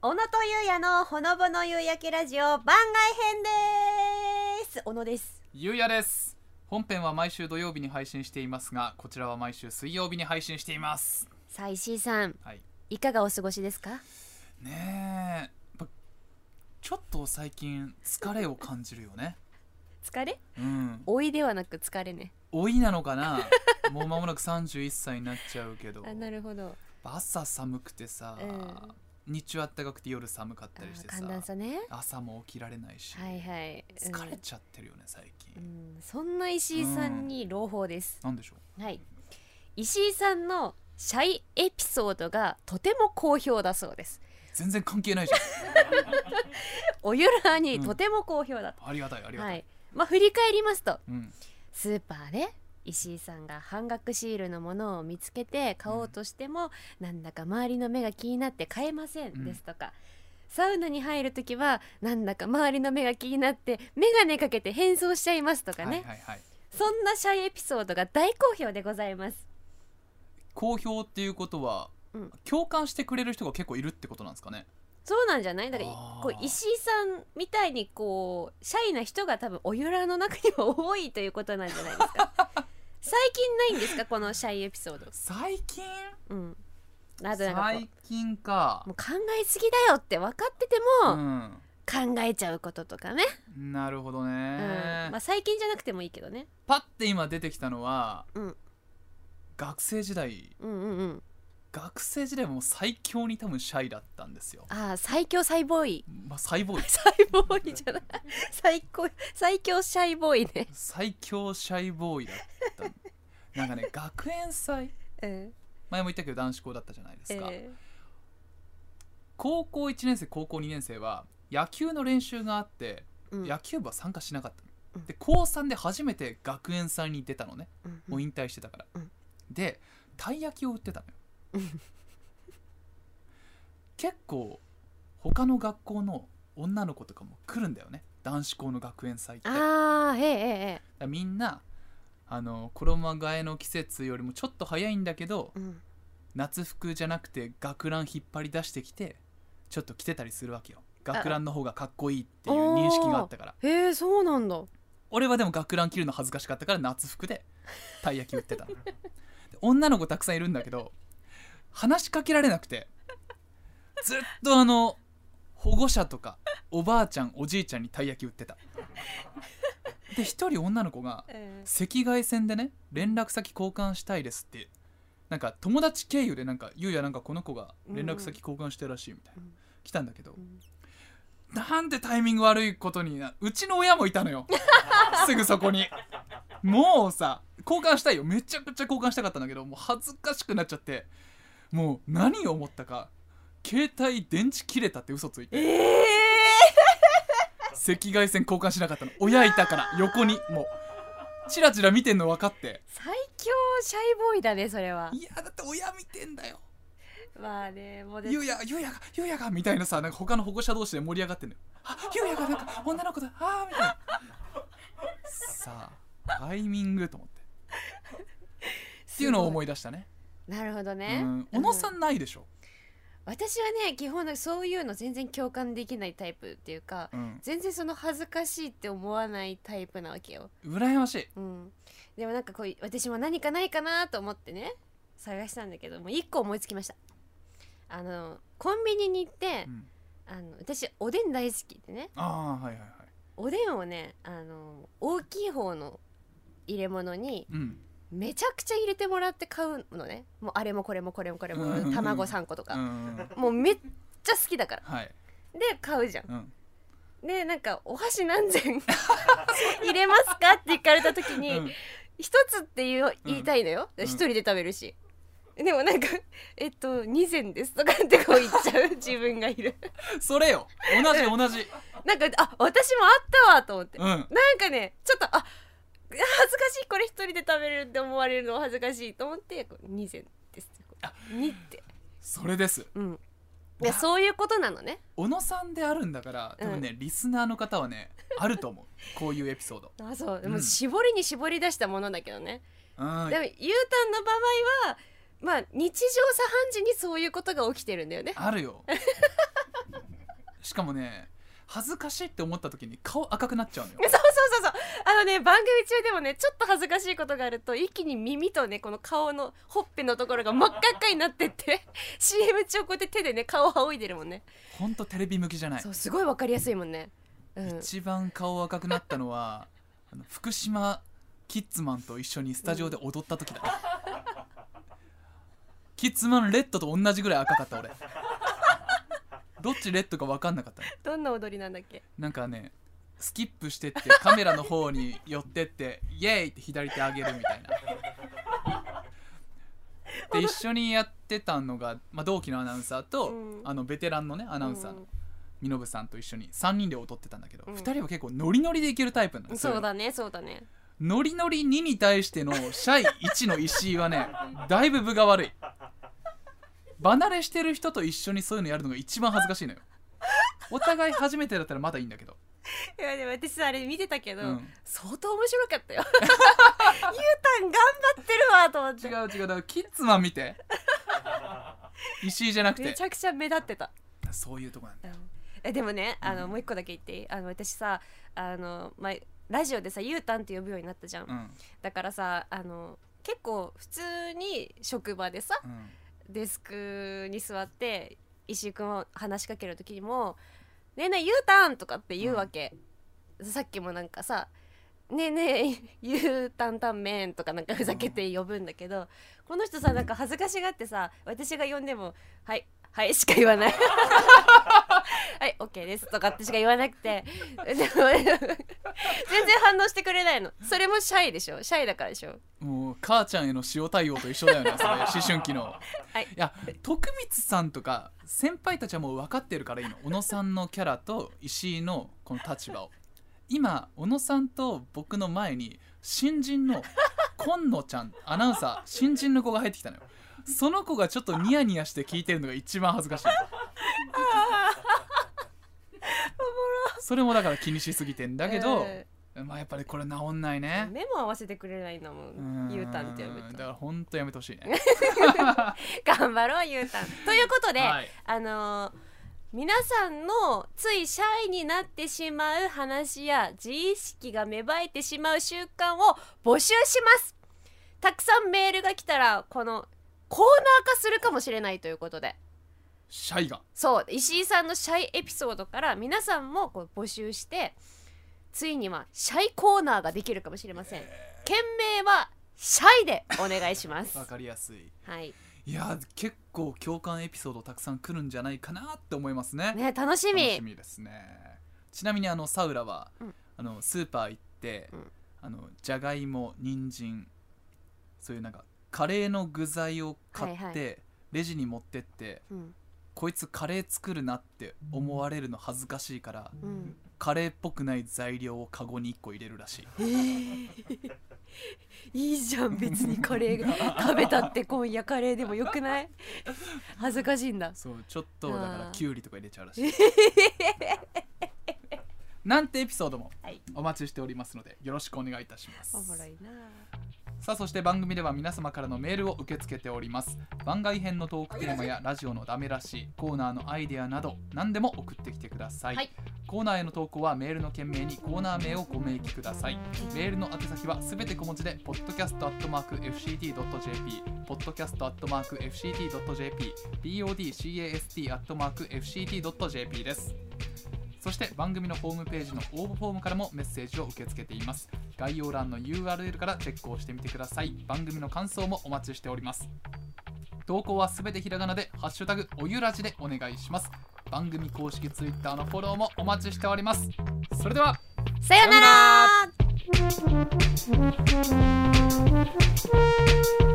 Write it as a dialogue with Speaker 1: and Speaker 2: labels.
Speaker 1: 小野とゆうやのほのぼの夕焼けラジオ番外編です小野です
Speaker 2: ゆうやです本編は毎週土曜日に配信していますがこちらは毎週水曜日に配信しています
Speaker 1: さあ石井さん
Speaker 2: はい
Speaker 1: いかがお過ごしですか
Speaker 2: ねえやっぱちょっと最近疲れを感じるよね
Speaker 1: 疲れ
Speaker 2: うん
Speaker 1: 老いではなく疲れね
Speaker 2: 老いなの かなもう間もなく31歳になっちゃうけど
Speaker 1: あなるほど
Speaker 2: 朝寒くてさ、
Speaker 1: うん
Speaker 2: 日中あったかくて夜寒かっ
Speaker 1: あ
Speaker 2: たりしてさ
Speaker 1: 寒暖差ね
Speaker 2: 朝も起きられないし、
Speaker 1: はいはいうん
Speaker 2: 疲れちゃってるよね最近、
Speaker 1: うんそんな石井さんに朗報です、
Speaker 2: なんでしょう
Speaker 1: はい石井さんのシャイエピソードがとても好評だそうです
Speaker 2: 全然関係ないじ ゃ
Speaker 1: おゆらにとても好評だと、
Speaker 2: んありがたいありがた、
Speaker 1: はいいまあ振り返りますと
Speaker 2: うん
Speaker 1: スーパーで石井さんが半額シールのものを見つけて買おうとしても、なんだか周りの目が気になって買えませ
Speaker 2: うん
Speaker 1: んですとか、サウナに入るときはなんだか周りの目が気になって眼鏡かけて変装しちゃいますとかね、
Speaker 2: はいはいはい
Speaker 1: そんなシャイエピソードが大好評でございます
Speaker 2: 好評っていうことは、
Speaker 1: うん
Speaker 2: 共感してくれる人が結構いるってことなんですかね
Speaker 1: そうなんじゃないだから
Speaker 2: あー
Speaker 1: こう石井さんみたいにこうシャイな人が多分おゆらの中には多いということなんじゃないです か最近ないんですかこのシャイエピソード
Speaker 2: 最近
Speaker 1: うんあとなんかこう
Speaker 2: 最近か
Speaker 1: もう考えすぎだよって分かってても、
Speaker 2: うん
Speaker 1: 考えちゃうこととかね、
Speaker 2: なるほど
Speaker 1: うん
Speaker 2: ね、
Speaker 1: まあ、最近じゃなくてもいいけどね
Speaker 2: パッて今出てきたのは、
Speaker 1: うん
Speaker 2: 学生時代
Speaker 1: うんうんうん
Speaker 2: 学生時代はもう最強に多分シャイだったんですよ、
Speaker 1: ああ最強サイボ ーイ
Speaker 2: まあ、サイボーイ
Speaker 1: サイボーイじゃない最高最強シャイボーイね、
Speaker 2: 最強シャイボーイだったなんかね学園祭
Speaker 1: うん
Speaker 2: 前も言ったけど男子校だったじゃないですか、
Speaker 1: え
Speaker 2: 高校1年生高校2年生は野球の練習があって
Speaker 1: ーうん
Speaker 2: 野球部は参加しなかった
Speaker 1: うん
Speaker 2: ので高3で初めて学園祭に出たのね
Speaker 1: うん
Speaker 2: もう引退してたから、
Speaker 1: うん
Speaker 2: でたい焼きを売ってたのよ
Speaker 1: うん
Speaker 2: 結構他の学校の女の子とかも来るんだよね男子校の学園祭ってだか
Speaker 1: ああえええええ
Speaker 2: らみんなあの衣替えの季節よりもちょっと早いんだけど
Speaker 1: えうん
Speaker 2: 夏服じゃなくて学ラン引っ張り出してきてちょっと着てたりするわけよ学ランの方がかっこいいっていう認識があったから
Speaker 1: へえそうなんだ
Speaker 2: 俺はでも学ラン着るの恥ずかしかったから夏服でたい焼き売ってたので女の子たくさんいるんだけど話しかけられなくてずっとあの保護者とかおばあちゃんおじいちゃんにたい焼き売ってたで一人女の子が
Speaker 1: ええ
Speaker 2: 赤外線でね連絡先交換したいですってなんか友達経由でなんか「ゆうやなんかこの子が連絡先交換してるらしい」みたいな、
Speaker 1: うん
Speaker 2: 来たんだけど、
Speaker 1: うん
Speaker 2: なんてタイミング悪いことになうちの親もいたのよすぐそこにもうさ交換したいよめちゃくちゃ交換したかったんだけどもう恥ずかしくなっちゃってもう何を思ったか携帯電池切れたって嘘ついて
Speaker 1: え
Speaker 2: 赤外線交換しなかったの親いたから横にもうチラチラ見てんの分かって
Speaker 1: 最強シャイボーイだねそれはい
Speaker 2: やだって親見てんだよ
Speaker 1: まあねもうで
Speaker 2: ゆうやゆうやがゆうやがみたいなさなんか他の保護者同士で盛り上がってんのよあゆうやがなんか女の子だあーみたいなさあタイミングと思ってっていうのを思い出したね
Speaker 1: なるほど
Speaker 2: う
Speaker 1: ね、
Speaker 2: ん小野さんないでしょ、
Speaker 1: 私はね基本そういうの全然共感できないタイプっていうか
Speaker 2: うん、
Speaker 1: 全然その恥ずかしいって思わないタイプなわけよ、
Speaker 2: 羨ましい
Speaker 1: うん、でもなんかこう私も何かないかなと思ってね探したんだけどもう一個思いつきましたあのコンビニに行って、
Speaker 2: うん
Speaker 1: あの私おでん大好きでね
Speaker 2: ああはいはいはい
Speaker 1: おでんをねあの大きい方の入れ物に
Speaker 2: うん
Speaker 1: めちゃくちゃ入れてもらって買うのねもうあれもこれもこれもこれも
Speaker 2: うん
Speaker 1: 卵3個と
Speaker 2: う
Speaker 1: か、
Speaker 2: ん
Speaker 1: もうめっちゃ好きだから
Speaker 2: はい
Speaker 1: で買うじゃん
Speaker 2: うん
Speaker 1: でなんか「お箸何 千入れますか?」って聞かれた時
Speaker 2: う
Speaker 1: に
Speaker 2: ん
Speaker 1: 「一、つ」って言う言いたいのよ
Speaker 2: うん
Speaker 1: 一、人で食べるしでもなんか「えっと2千です」とかってこう言っちゃ う自分がいる
Speaker 2: それよ同じ同じ
Speaker 1: なんかあ私もあったわと思って、
Speaker 2: うん
Speaker 1: なんかねちょっとあ恥ずかしいこれ一人で食べるって思われるのは恥ずかしいと思ってこう2千ですってこう
Speaker 2: あ
Speaker 1: 2って
Speaker 2: それです
Speaker 1: うんでそういうことなのね
Speaker 2: 小野さんであるんだから多分ね、リスナーの方はねあると思うこういうエピソード
Speaker 1: あそうで
Speaker 2: う
Speaker 1: も
Speaker 2: ん
Speaker 1: 絞りに絞り出したものだけどね、
Speaker 2: うん
Speaker 1: でも U ターンの場合はまあ日常茶飯事にそういうことが起きてるんだよね
Speaker 2: あるよ しかもね恥ずかしいって思った時に顔赤くなっちゃうのよ
Speaker 1: そうそうそうそうあのね番組中でもねちょっと恥ずかしいことがあると一気に耳とねこの顔のほっぺのところが真っ赤っかになってって CM 中こうやって手でね顔を仰いでるもんね、
Speaker 2: ほんとテレビ向きじゃない
Speaker 1: そうすごいわかりやすいもんね うん
Speaker 2: 一番顔赤くなったのはあの福島キッズマンと一緒にスタジオで踊った時だ、キッズマンレッドと同じぐらい赤かった俺どっちレッドか分かんなかった
Speaker 1: どんな踊りなんだっけ
Speaker 2: なんかねスキップしてってカメラの方に寄ってって イエーイって左手上げるみたいな で一緒にやってたのが、まあ、同期のアナウンサーと、
Speaker 1: うん
Speaker 2: あのベテランのねア
Speaker 1: ア
Speaker 2: ナウンサーのみのぶさんと一緒に3人で踊ってたんだけど、
Speaker 1: う
Speaker 2: 二
Speaker 1: ん
Speaker 2: 2人は結構ノリノリでいけるタイプなのよ
Speaker 1: そうだねそうだね
Speaker 2: ノリノリ2に対してのシャイ1の石井はねだいぶ分が悪い離れしてる人と一緒にそういうのやるのが一番恥ずかしいのよお互い初めてだったらまだいいんだけど、
Speaker 1: いやでも私さあれ見てたけ
Speaker 2: う
Speaker 1: ど、
Speaker 2: ん、
Speaker 1: 相当面白かったよ ゆうたん頑張ってるわと思っ
Speaker 2: 違
Speaker 1: て
Speaker 2: う違うだからキッズマン 見て石井じゃなく
Speaker 1: め
Speaker 2: て
Speaker 1: ちゃくちゃ目立ってた
Speaker 2: そういうとこなんだ
Speaker 1: うんえでもねあの、
Speaker 2: うん
Speaker 1: もう一個だけ言っていいあの私さあの、ま、ラジオでさ「ゆうたん」って呼ぶようになったじゃん、
Speaker 2: うん
Speaker 1: だからさあの結構普通に職場でさ
Speaker 2: うん
Speaker 1: デスクに座って石井君を話しかける時にも「ねえねえゆうたん」とかって言うわけ、さっきもなんかさ「ねえねえゆうたんたんめん」とかなんかふざけて呼ぶんだけど、この人さなんか恥ずかしがってさ私が呼んでも「はいはい」しか言わない「はいオッケーです」とかってしか言わなくてでも全然反応してくれないのそれもシャイでしょシャイだからでしょ
Speaker 2: もう母ちゃんへの塩対応と一緒だよ ねそれ思春期の、
Speaker 1: はい
Speaker 2: や徳光さんとか先輩たちはもう分かってるからいいの小野さんのキャラと石井のこの立場を今小野さんと僕の前に新人の今野ちゃんアナウンサー新人の子が入ってきたのよその子がちょっとニヤニヤして聞いてるのが一番恥ずかしいそれもだから気にしすぎてんだけ
Speaker 1: う
Speaker 2: ど、
Speaker 1: ん
Speaker 2: まあやっぱりこれ治んないね
Speaker 1: 目も合わせてくれないんだもんゆうたんって呼ぶ
Speaker 2: うんだか
Speaker 1: と
Speaker 2: らほんとやめてほしいね
Speaker 1: 頑張ろうゆう たんということで、
Speaker 2: はい
Speaker 1: あのー皆さんのついシャイになってしまう話や自意識が芽生えてしまう習慣を募集しますたくさんメールが来たらこのコーナー化するかもしれないということで
Speaker 2: シャイが
Speaker 1: そう石井さんのシャイエピソードから皆さんもこう募集してついにはシャイコーナーができるかもしれません件名はシャイでお願いします
Speaker 2: わかりやすい
Speaker 1: はい
Speaker 2: いやー結構共感エピソードたくさん来るんじゃないかなって思いますね
Speaker 1: ね楽しみ
Speaker 2: 楽しみですねちなみにあのサウラは、
Speaker 1: うん
Speaker 2: あのスーパー行って、
Speaker 1: うん
Speaker 2: あのじゃがいも人参そういうなんかカレーの具材を買って、
Speaker 1: はいは
Speaker 2: レジに持ってって
Speaker 1: うん
Speaker 2: こいつカレー作るなって思われるの恥ずかしいから
Speaker 1: うん
Speaker 2: カレーっぽくない材料をカゴに1個入れるらしい
Speaker 1: えー いいじゃん別にカレーが食べたって今夜カレーでもよくない恥ずかしいんだ
Speaker 2: そうちょっとだから
Speaker 1: あー
Speaker 2: きゅうりとか入れちゃう らしいなんてエピソードも
Speaker 1: はい
Speaker 2: お待ちしておりますのでよろしくお願いいたしま
Speaker 1: おも
Speaker 2: す
Speaker 1: ろいな
Speaker 2: さあそして番組では皆様からのメールを受け付けております番外編のトークテーマやラジオのダメ出しコーナーのアイデアなど何でも送ってきてください、
Speaker 1: はい
Speaker 2: コーナーへの投稿はメールの件名にコーナー名をご明記くださいメールの宛先はすべて小文字で podcast.fct.jp podcast.fct.jp podcast.fct.jp ですそして番組のホームページの応募フォームからもメッセージを受け付けています概要欄の URL からチェックをしてみてください番組の感想もお待ちしております投稿はすべてひらがなで「ハッシュタグおゆらじ」でお願いします番組公式 Twitter のフォローもお待ちしておりますそれでは
Speaker 1: さよな
Speaker 2: さよ
Speaker 1: ら